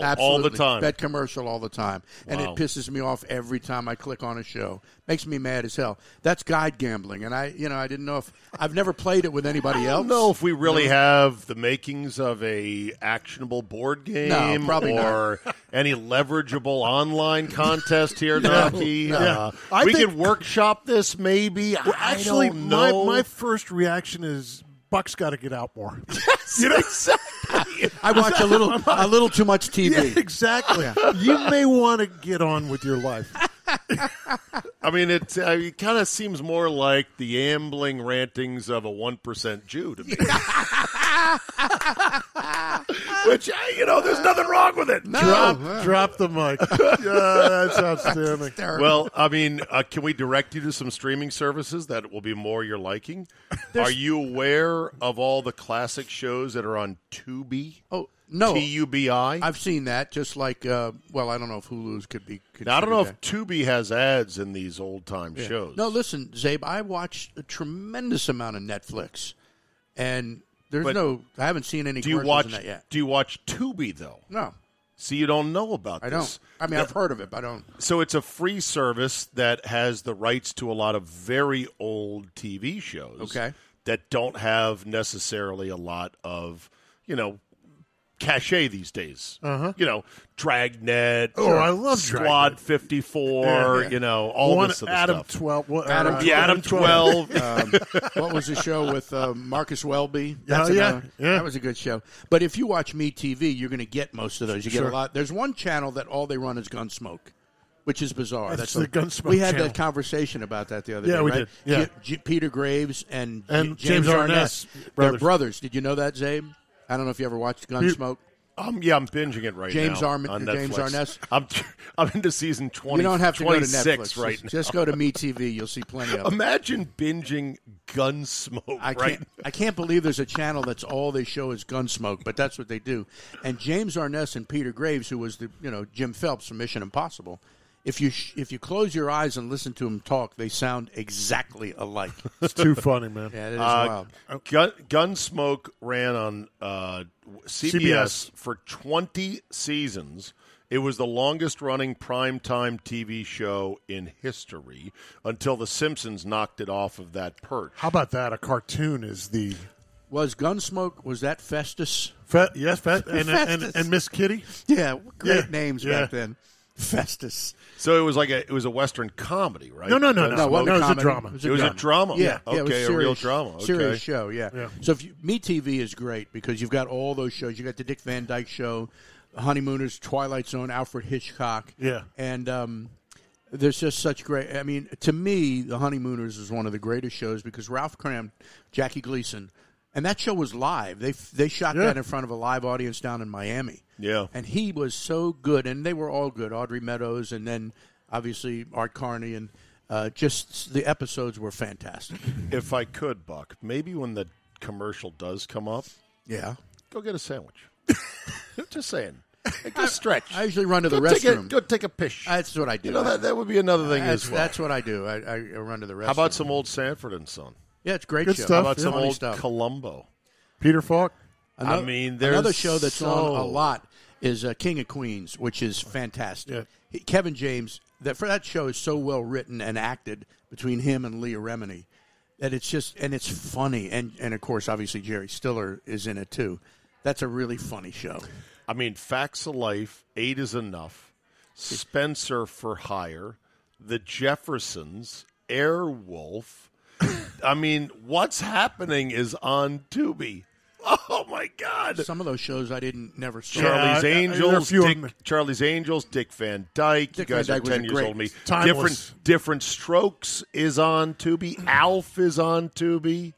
all the Absolutely. time. Bet commercial all the time, and Wow. it pisses me off every time I click on a show. Makes me mad as hell. That's guide gambling, and I, you know, I didn't know if I've never played it with anybody I don't else. know if we really have the makings of a actionable board game probably not. or any leverageable online contest here, No, Naki. no. Uh, I we think- could workshop this maybe. Well, I actually, don't my know. my first reaction is Buck's got to get out more. I watch a little, a little too much Yeah, TV. exactly. You may want to get on with your life. I mean, it, uh, it kind of seems more like the ambling rantings of a 1% Jew to me. Which, uh, you know, there's nothing wrong with it. Drop, drop the mic. Yeah, that's outstanding. Well, I mean, uh, can we direct you to some streaming services that will be more your liking? are you aware of all the classic shows that are on Tubi? Oh no, T U B I? I've seen that. Just like, uh, well, I don't know if Hulu's could be. Could Now, I don't know if Tubi has ads in these old time shows. No, listen, Zabe, I watch a tremendous amount of Netflix, and there's But no, I haven't seen any. do you commercials watch in that yet? do you watch Tubi though? No, See you don't know about I this. don't. I mean, I've heard of it, but I don't. So it's a free service that has the rights to a lot of very old TV shows. Okay. That don't have necessarily a lot of, you know, cachet these days. Uh-huh. You know, Dragnet. Oh, or I love Squad Dragnet. 54, you know, all One this sort of Adam stuff. twelve. What, Adam uh, yeah, Adam 12. um, what was the show with uh, Marcus Welby? Oh, yeah, another- yeah. That was a good show. But if you watch Me TV, you're going to get most of those. You get a lot. There's one channel that all they run is Gunsmoke, which is bizarre. That's what- the Gunsmoke We had channel. that conversation about that the other Yeah, day. we right? did. Yeah. G- G- Peter Graves and, J- And James, James Arness, Arness, they're brothers. brothers. Did you know that, Zabe? I don't know if you ever watched Gunsmoke. Um, yeah, I'm binging it right James now. Arm- on James Netflix. Arness. I'm, I'm into season 20, you don't have to go to 26 Netflix. right just, now. just go to Me TV. You'll see plenty of it. Imagine binging Gunsmoke I right can't. I can't believe there's a channel that's all they show is Gunsmoke, but that's what they do. And James Arness and Peter Graves, who was the you know Jim Phelps from Mission Impossible, if you sh- if you close your eyes and listen to them talk, they sound exactly alike. It's too funny, man. yeah, it is Uh, wild. Gun, Gunsmoke ran on uh, w- CBS, CBS. for 20 seasons. It was the longest running primetime TV show in history until The Simpsons knocked it off of that perch. How about that? A cartoon is the Was Gunsmoke was that Festus? Fet, yes, Fet, and, and, Festus. and, Miss Kitty. Yeah, great Yeah, names yeah. back then. Festus. So it was like a it was a western comedy, right? No, no, no, No, it wasn't No, it was a comedy. drama. It was a drama. Yeah, Okay, yeah, it was a serious, real drama. Okay. serious show. Yeah. Yeah. So if you, Me TV is great because you've got all those shows. You got the Dick Van Dyke Show, Honeymooners, Twilight Zone, Alfred Hitchcock. Yeah. and um, there's just such great. I mean, to me, The Honeymooners is one of the greatest shows because Ralph Cram, Jackie Gleason. And that show was live. They they shot Yeah. that in front of a live audience down in Miami. Yeah. and he was so good, and they were all good. Audrey Meadows, and then obviously Art Carney, and uh, just the episodes were fantastic. If I could, Buck, maybe when the commercial does come up, Yeah. go get a sandwich. Just saying. Hey, Go stretch. I usually run to the go take a, restroom. go take a piss. That's what I do. You know, that, that would be another thing that's, as well. that's what I do. I, I run to the restroom. How about some old Sanford and Son? Yeah, it's a great Good show. stuff. How about some Funny old stuff. Columbo? Peter Falk. Another- I mean, there's another show that's so- on a lot is uh, King of Queens, which is fantastic. Yeah. He- Kevin James that for that show is so well written and acted between him and Leah Remini that it's just and it's funny and and of course obviously Jerry Stiller is in it too. That's a really funny show. I mean, Facts of Life, Eight is Enough, Spencer for Hire, The Jeffersons, Airwolf. I mean, what's happening is on Tubi. Oh my God! Some of those shows I didn't never saw. Charlie's I- I- there are a Angels, few of them. Dick, Charlie's Angels, Dick Van Dyke. Dick you guys Van are Dyke was ten a years great- old. Me, timeless. Hmm. different different strokes is on Tubi. Alf is on Tubi.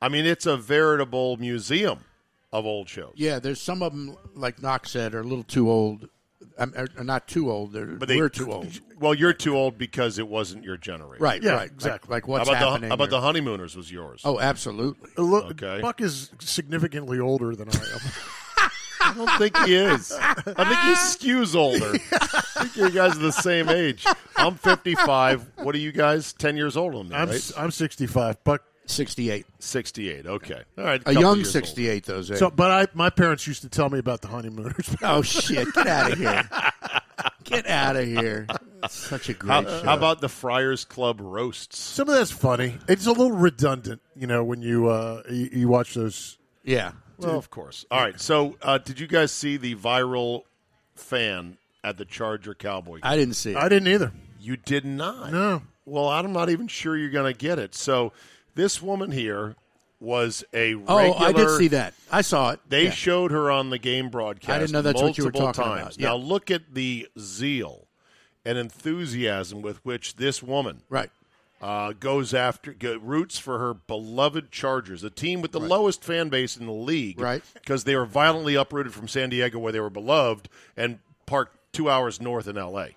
I mean, it's a veritable museum of old shows. Yeah, there's some of them, like Knox said, are a little too old. I'm are, are not too old. They're, But they, we're too old. Well, you're too old because it wasn't your generation. Right. Yeah, right. exactly. Like, like How what's about happening? the how about the or- honeymooners was yours? oh, absolutely. Look, Okay. Buck is significantly older than I am. I don't think he is. I think he skews older. I think you guys are the same age. I'm 55. What are you guys? 10 years older than me, I'm, right? s- I'm 65, but 68. 68. Okay. All right. A couple young years older. 68, those days. so. But I, my parents used to tell me about the honeymooners. oh, shit. Get out of here. Get out of here. Such a How, great show. how about the Friars Club roasts? Some of that's funny. It's a little redundant, you know, when you uh, you, you watch those. Yeah. Well, of course. All right. So, uh, did you guys see the viral fan at the Charger Cowboy? game? I didn't see it. I didn't either. You did not. No. Well, I'm not even sure you're going to get it. So, this woman here was a oh, regular. I did see that. I saw it. They Yeah. showed her on the game broadcast. I didn't know that's what you were multiple talking times. about. Yeah. Now look at the zeal and enthusiasm with which this woman right. uh, goes after go, roots for her beloved Chargers, a team with the lowest fan base in the league, Right. Because they were violently uprooted from San Diego, where they were beloved, and parked two hours north in L.A.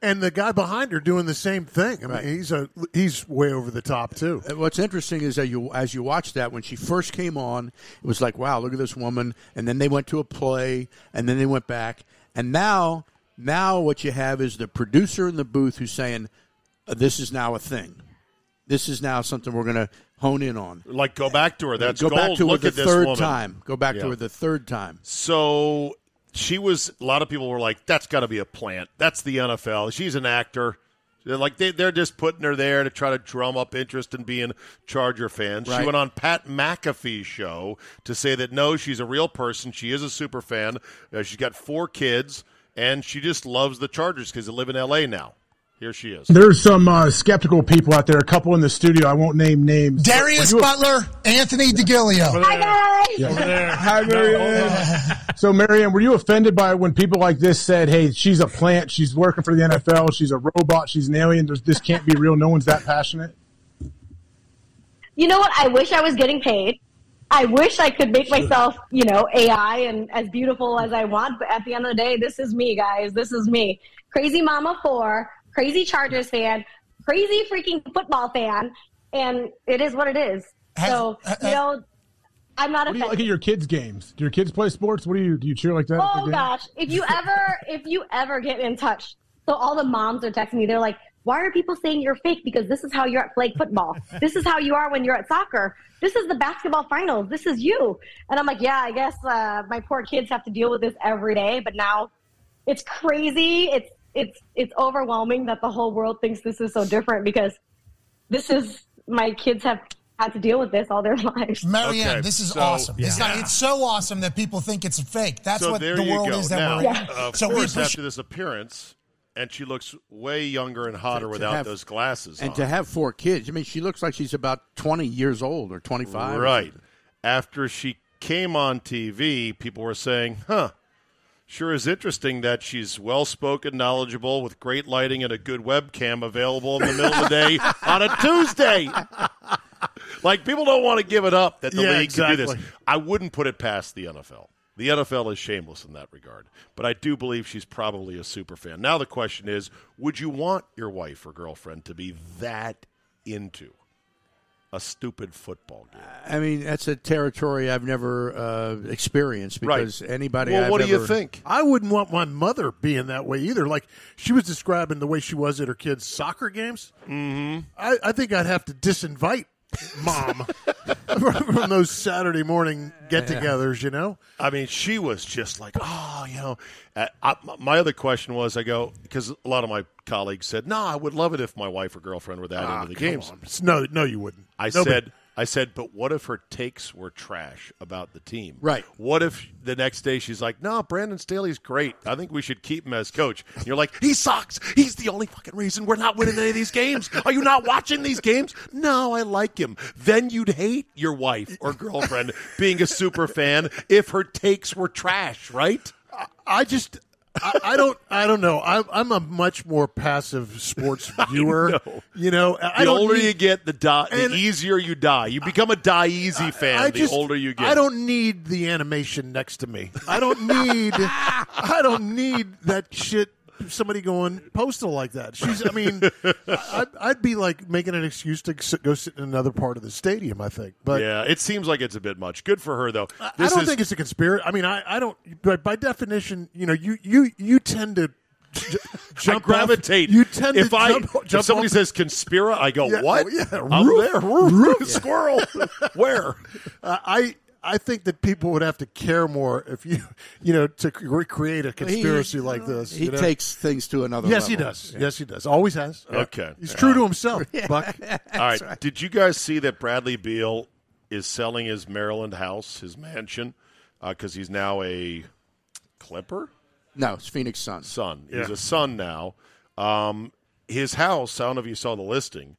And the guy behind her doing the same thing. I mean, Right. he's a he's way over the top too. And What's interesting is that you, as you watch that, when she first came on, it was like, wow, look at this woman. And then they went to a play, and then they went back, and now, now what you have is the producer in the booth who's saying, uh, "This is now a thing. This is now something we're going to hone in on." Like, go back to her. That's Go gold. back to Look her at the this third woman. time. Go back Yeah. to her the third time. So she was. A lot of people were like, "That's got to be a plant. That's the NFL. She's an actor." They're like they, they're just putting her there to try to drum up interest in being Charger fans. She Right. went on Pat McAfee's show to say that no, she's a real person. She is a super fan. Uh, she's got four kids, and she just loves the Chargers because they live in L.A. now. Here she is. There's some uh, skeptical people out there. A couple in the studio. I won't name names. Darius Were you a- Butler, Anthony DeGilio. Hi, Marianne. so, Marianne, were you offended by when people like this said, "Hey, she's a plant. She's working for the NFL. She's a robot. She's an alien. There's, this can't be real. No one's that passionate." you know what? I wish I was getting paid. I wish I could make myself, you know, AI and as beautiful as I want. But at the end of the day, this is me, guys. This is me. Crazy Mama 4, crazy Chargers fan, crazy freaking football fan. And it is what it is. So, you know, I'm not What do you offended. like at your kids' games? Do your kids play sports? What do you do? You cheer like that? at Oh their games? gosh! If you ever, if you ever get in touch, so all the moms are texting me. They're like, "Why are people saying you're fake? Because this is how you're at flag football. this is how you are when you're at soccer. This is the basketball finals. This is you." And I'm like, "Yeah, I guess uh, my poor kids have to deal with this every day. But now, it's crazy. It's it's it's overwhelming that the whole world thinks this is so different because this is my kids have had to deal with this all their lives." Marianne, Okay, this is so- awesome. It's, Yeah. not, it's so awesome that people think it's fake. That's so what there the you world go. is that now, we're in. of so course, we after appreciate this appearance, and she looks way younger and hotter without have- those glasses. And on. to have four kids, I mean, she looks like she's about 20 years old or 25. or Right. After she came on TV, people were saying, huh, sure is interesting that she's well spoken, knowledgeable, with great lighting and a good webcam available in the middle of the day on a Tuesday. like, people don't want to give it up that the Yeah, league can do this. exactly. I wouldn't put it past the NFL. The NFL is shameless in that regard, but I do believe she's probably a super fan. Now the question is, would you want your wife or girlfriend to be that into a stupid football game? I mean, that's a territory I've never uh, experienced because anybody. Well, I've what do you ever- think? I wouldn't want my mother being that way either. Like she was describing the way she was at her kids' soccer games. Mm-hmm. I, I think I'd have to disinvite mom from those Saturday morning get-togethers. You know, I mean, she was just like, oh, you know. Uh, I, my other question was, I go because a lot of my colleagues said, no, I would love it if my wife or girlfriend were that Ah, into the come games. on. No, no, you wouldn't. I Nobody- said, I said, but what if her takes were trash about the team? Right. What if the next day she's like, no, Brandon Staley's great. I think we should keep him as coach. And you're like, he sucks. He's the only fucking reason we're not winning any of these games. Are you not watching these games? No, I like him. Then you'd hate your wife or girlfriend being a super fan if her takes were trash, right? I just. I, I don't. I don't know. I, I'm a much more passive sports viewer. know. You know, I I The don't older need- you get, the, die, the And- easier you die. You become a die easy fan I the just- older you get. I don't need the animation next to me. I don't need. I don't need that shit somebody going postal like that. She's, I mean, I, I'd be like making an excuse to s- go sit in another part of the stadium. I think, but yeah, it seems like it's a bit much. Good for her though. I don't think it's a conspiracy. I mean, I, I don't. But by definition, you know, you you you tend to j- I jump off- gravitate. you tend if to I jump, jump if somebody off- says conspira, I go Yeah, what? oh, yeah, I'm roof, there. Roof, roof. roof, squirrel. Where? Uh, I I think that people would have to care more if you you know to cre- recreate a conspiracy He- like this. He you know? takes things to another Yes, level. he does. Yes, he does. Always has. Uh, Yeah. Okay. he's true to himself. Buck. All right. Did you guys see that Bradley Beal is selling his Maryland house, his mansion, because he's now a Clipper? No, it's Phoenix Suns. Son. He's Yeah. a son now. Um, his house. I don't know if you saw the listing.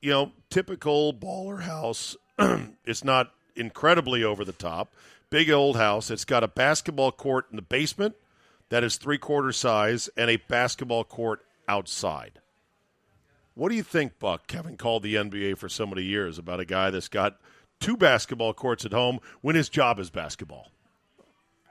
You know, typical baller house. it's not incredibly over the top. Big old house. It's got a basketball court in the basement that is three quarter size and a basketball court outside. What do you think, Buck? Kevin called the NBA for so many years about a guy that's got two basketball courts at home when his job is basketball.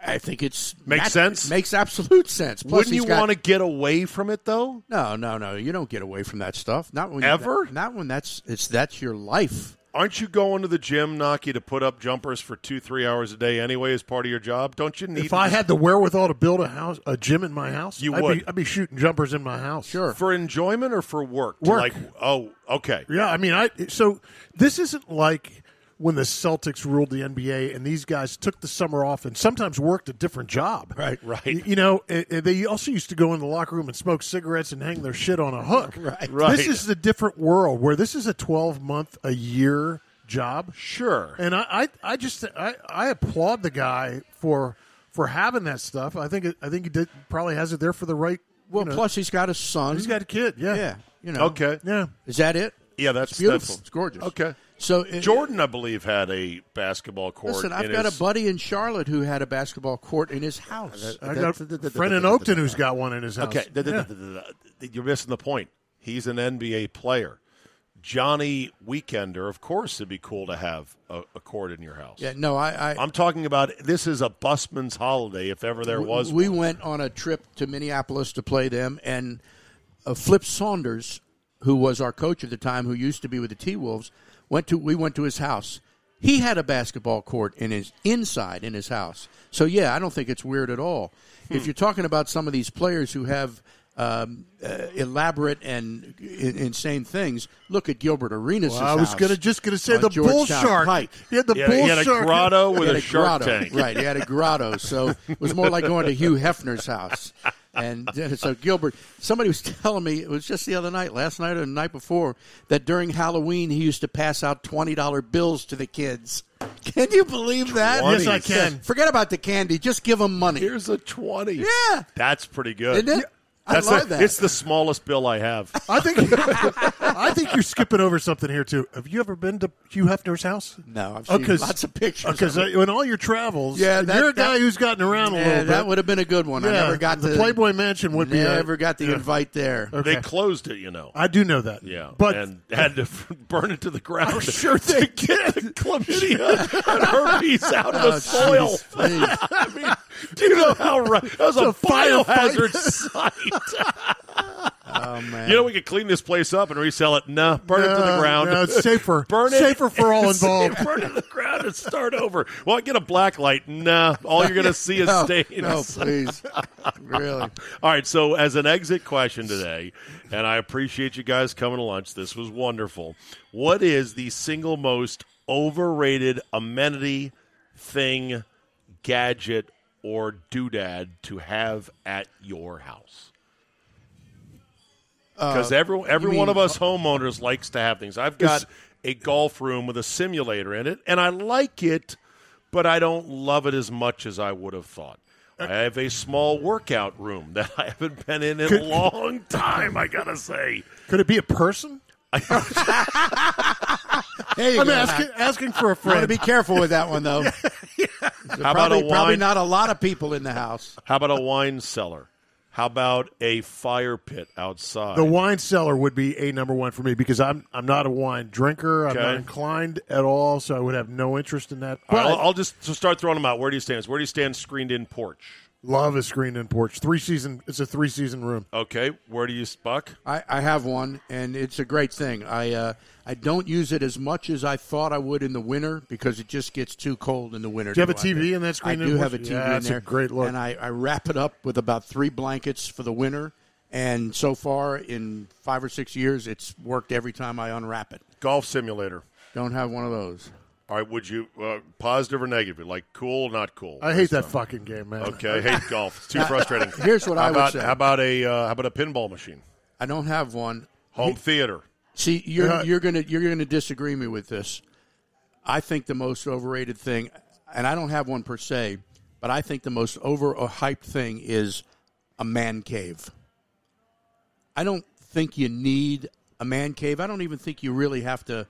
I think it's Makes that sense? Makes absolute sense. Plus, Wouldn't he's you got- want to get away from it though? No, no, no. You don't get away from that stuff. Not when Ever? That, not when that's it's that's your life. Aren't you going to the gym, Naki, to put up jumpers for two, three hours a day anyway as part of your job? Don't you need? If I had the wherewithal to build a house, a gym in my house, You I'd would. Be, I'd be shooting jumpers in my house. Sure. for enjoyment or for work? To Work. Like, oh, okay. Yeah, I mean, I so this isn't like when the Celtics ruled the NBA and these guys took the summer off and sometimes worked a different job. Right, right. You, know, eh, eh, they also used to go in the locker room and smoke cigarettes and hang their shit on a hook. Right. Right. This is a different world where this is a twelve month a year job. Sure. And I, I, I just I, I applaud the guy for for having that stuff. I think it- I think he did probably has it there for the right. Well, you know- plus he's got a son. he's got a kid. Yeah, yeah. You know. Okay. Yeah. Is that it? Yeah, that's It's beautiful. that's- It's gorgeous. Okay. So uh, it- Jordan, I believe, had a basketball court. Listen, in I've got his- a buddy in Charlotte who had a basketball court in his Uh, house. I got a friend in Oakton who's got one in his house. Okay, th- th- Yeah. th- th- th- you're missing the point. He's an NBA player. Johnny Weekender, of course, it'd be cool to have a, a court in your house. Yeah, no, I, I I'm talking about this is a busman's holiday if ever there we- was. We went on a trip to Minneapolis to play them, and uh, Flip Saunders, who was our coach at the time, who used to be with the T Wolves, went to. We went to his house. He had a basketball court in his inside in his house. So yeah, I don't think it's weird at all. If you're talking about some of these players who have. Um, uh, elaborate and i- insane things. Look at Gilbert Arenas. Well, I was house gonna- just gonna say on the bull Georgetown shark. Pike. He had the He had a- bull he had a shark. grotto He with had a shark grotto. tank. Right, he had a grotto, so it was more like going to Hugh Hefner's house. And uh, so Gilbert, somebody was telling me it was just the other night, last night or the night before, that during Halloween he used to pass out twenty dollar bills to the kids. Can you believe that? Yes, I can. Forget about the candy; just give them money. Here's a twenty. Yeah, That's pretty good. Isn't it? I That's love a- that. It's the smallest bill I have. I think I think you're skipping over something here too. Have you ever been to Hugh Hefner's house? No, I've Oh, seen 'cause- lots of pictures. Because of uh, it. in all your travels, Yeah, that- you're a guy that- who's gotten around a Yeah, little bit. that would have been a good one. I Yeah, never got the to- Playboy Mansion. Would be Never got the invite there. Okay. They closed it, you know. I do know that. Yeah, but and had to burn it to the ground. I'm sure to get the chlamydia and herpes out of the Oh, soil. jeez, please. I mean, do you know how right? That was It's a, a fire biohazard fight. site. Oh man! you know we could clean this place up and resell it. No, burn it to the No, ground. no, it's safer. burn it. Safer for all involved. burn it to the ground and start over. Well, get a black light. Nah, all you're gonna see is No, stains. No, please, really. All right, so as an exit question today, and I appreciate you guys coming to lunch. This was wonderful. What is the single most overrated amenity thing, gadget, or doodad to have at your house? Because every every you Uh, one of mean- us homeowners likes to have things. I've got a golf room with a simulator in it, and I like it, but I don't love it as much as I would have thought. Uh, I have a small workout room that I haven't been in in a Could- long time. I gotta say, could it be a person? There you I'm go. asking asking for a You want to friend. be careful with that one, though. how about probably, a probably wine? not a lot of people in the house. How about a wine cellar? How about a fire pit outside? the wine cellar would be a number one for me because I'm I'm not a wine drinker. I'm not Okay. inclined at all, so I would have no interest in that. All right, But I'll, I'll just so start throwing them out. Where do you stand? Where do you stand? Screened in porch. Love a screened in porch. Three season. It's a three season room. Okay, where do you spuck? I, I have one, and it's a great thing. I uh, I don't use it as much as I thought I would in the winter because it just gets too cold in the winter. Do you to have a go out TV there. in that screen I in do the have a winter? TV Yeah, in that's a there. great look. And I, I wrap it up with about three blankets for the winter. And so far, in five or six years, it's worked every time I unwrap it. Golf simulator. Don't have one of those. All right, would you uh, positive or negative? Like cool, not cool. I hate that fucking game, man. Okay, I hate golf. It's too frustrating. Here's what how I would about, say. How about a uh, how about a pinball machine? I don't have one. Home theater. See, you're Yeah. you're gonna you're gonna disagree me with this. I think the most overrated thing, and I don't have one per se, but I think the most over or hyped thing is a man cave. I don't think you need a man cave. I don't even think you really have to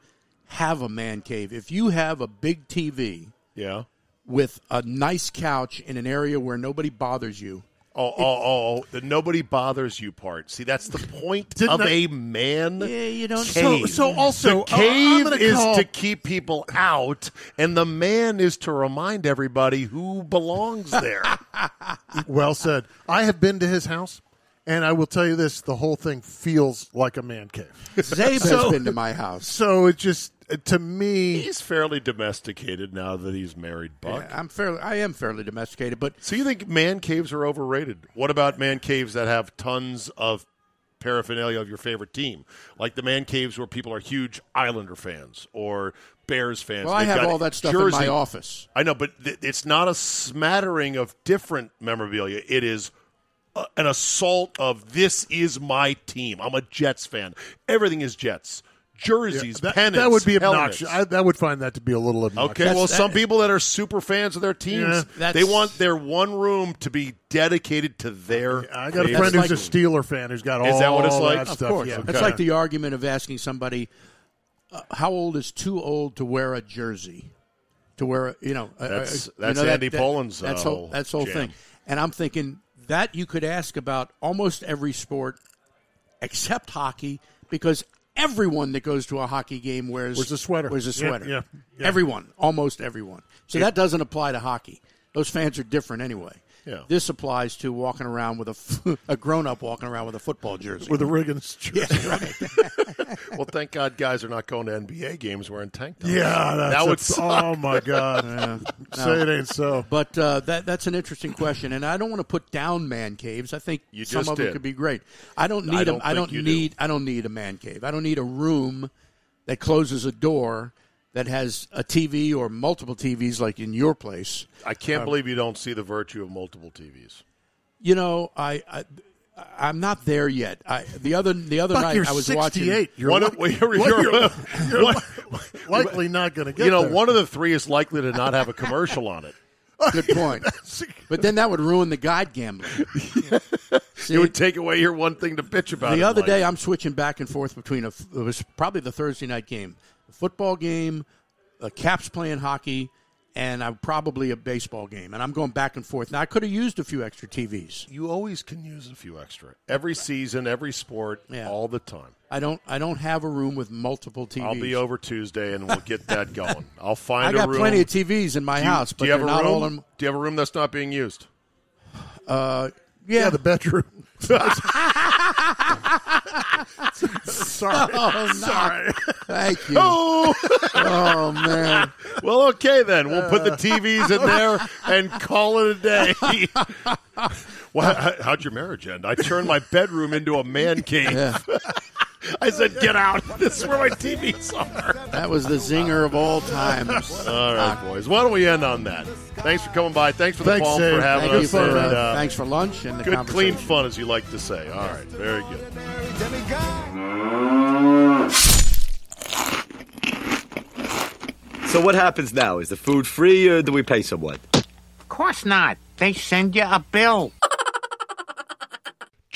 have a man cave. If you have a big TV, yeah, with a nice couch in an area where nobody bothers you. Oh, oh, oh, oh, the nobody bothers you part. See, that's the point Didn't of I- a man. Yeah, you don't- So- cave. so also, the I- I'm cave gonna is call- to keep people out, and the man is to remind everybody who belongs there. well said. I have been to his house, and I will tell you this: the whole thing feels like a man cave. Zabe So- has been to my house. So it just to me, he's fairly domesticated now that he's married. Buck. Yeah, I'm fairly, I am fairly domesticated, but So you think man caves are overrated? What about man caves that have tons of paraphernalia of your favorite team, like the man caves where people are huge Islander fans or Bears fans? Well, I They've have got all that stuff in jersey- my office. I know, but th- it's not a smattering of different memorabilia. It is a- an assault of this is my team. I'm a Jets fan. Everything is Jets. Jerseys, that, pennants, that would be helmets. obnoxious. I, that would find that to be a little obnoxious. Okay, well, some people that are super fans of their Yeah. teams, That's- they want their one room to be dedicated to their. I got a friend who's a Steeler fan who's got all Is that what it's like? that of stuff. course, Yeah. it's like the argument of asking somebody, uh, "How old is too old to wear a jersey?" To wear, a, you know, a- a- That's- you that's know, that- Andy that- Pollins, That's uh, whole, that's whole jam. thing, and I'm thinking that you could ask about almost every sport except hockey because everyone that goes to a hockey game wears Wears a sweater. Wears a Yeah, sweater. yeah, yeah. Everyone, almost everyone. So that doesn't apply to hockey. Those fans are different anyway. Yeah. This applies to walking around with a f- a grown up walking around with a football jersey with a Riggins jersey. well, thank God guys are not going to NBA games wearing tank tops. Yeah, that's that would a- suck. Oh my god! Say it ain't so. But uh, that that's an interesting question, and I don't want to put down man caves. I think You some just of did. them could be great. I don't I need don't a, I think don't you do. need I don't need a man cave. I don't need a room that closes a door that has a TV or multiple TVs like in your place. I can't Um, believe you don't see the virtue of multiple TVs. You know, I. I I'm not there yet. I, the other the other Fuck, night you're I was 68. watching. You're One of- like- you're- you're- you're- Likely not going to get. You know, there. one of the three is likely to not have a commercial on it. Good point. but then that would ruin the guide gambling. it would take away your one thing to bitch about. in The other life. day, I'm switching back and forth between a. It was probably the Thursday night game, a football game, the Caps playing hockey, and I'm probably a baseball game, and I'm going back and forth. Now I could have used a few extra TVs. you always can use a few extra every season, every sport, all the time. I don't. I don't have a room with multiple TVs. I'll be over Tuesday and we'll get that going. I'll find I got a room. plenty of TVs in my Do you- house, do but you have they're a not room? all in. Do you have a room that's not being used? Uh, yeah. the bedroom. Sorry. Oh, no. Sorry. Thank you. Oh, oh man. Uh. Well, okay then. We'll put the TVs in there and call it a day. well, how- how'd your marriage end? I turned my bedroom into a man cave. I said, "Get out! This is where my TVs are." That was the zinger of all time. All right, boys. Why don't we end on that? Thanks for coming by. Thanks for the Uh. Thanks, palm Dave. for having Thank you us. for, and, uh, uh, thanks for lunch and the good, clean conversation. fun, as you like to say. All right, very good. So what happens now? Is the food free or do we pay someone? Of course not. They send you a bill.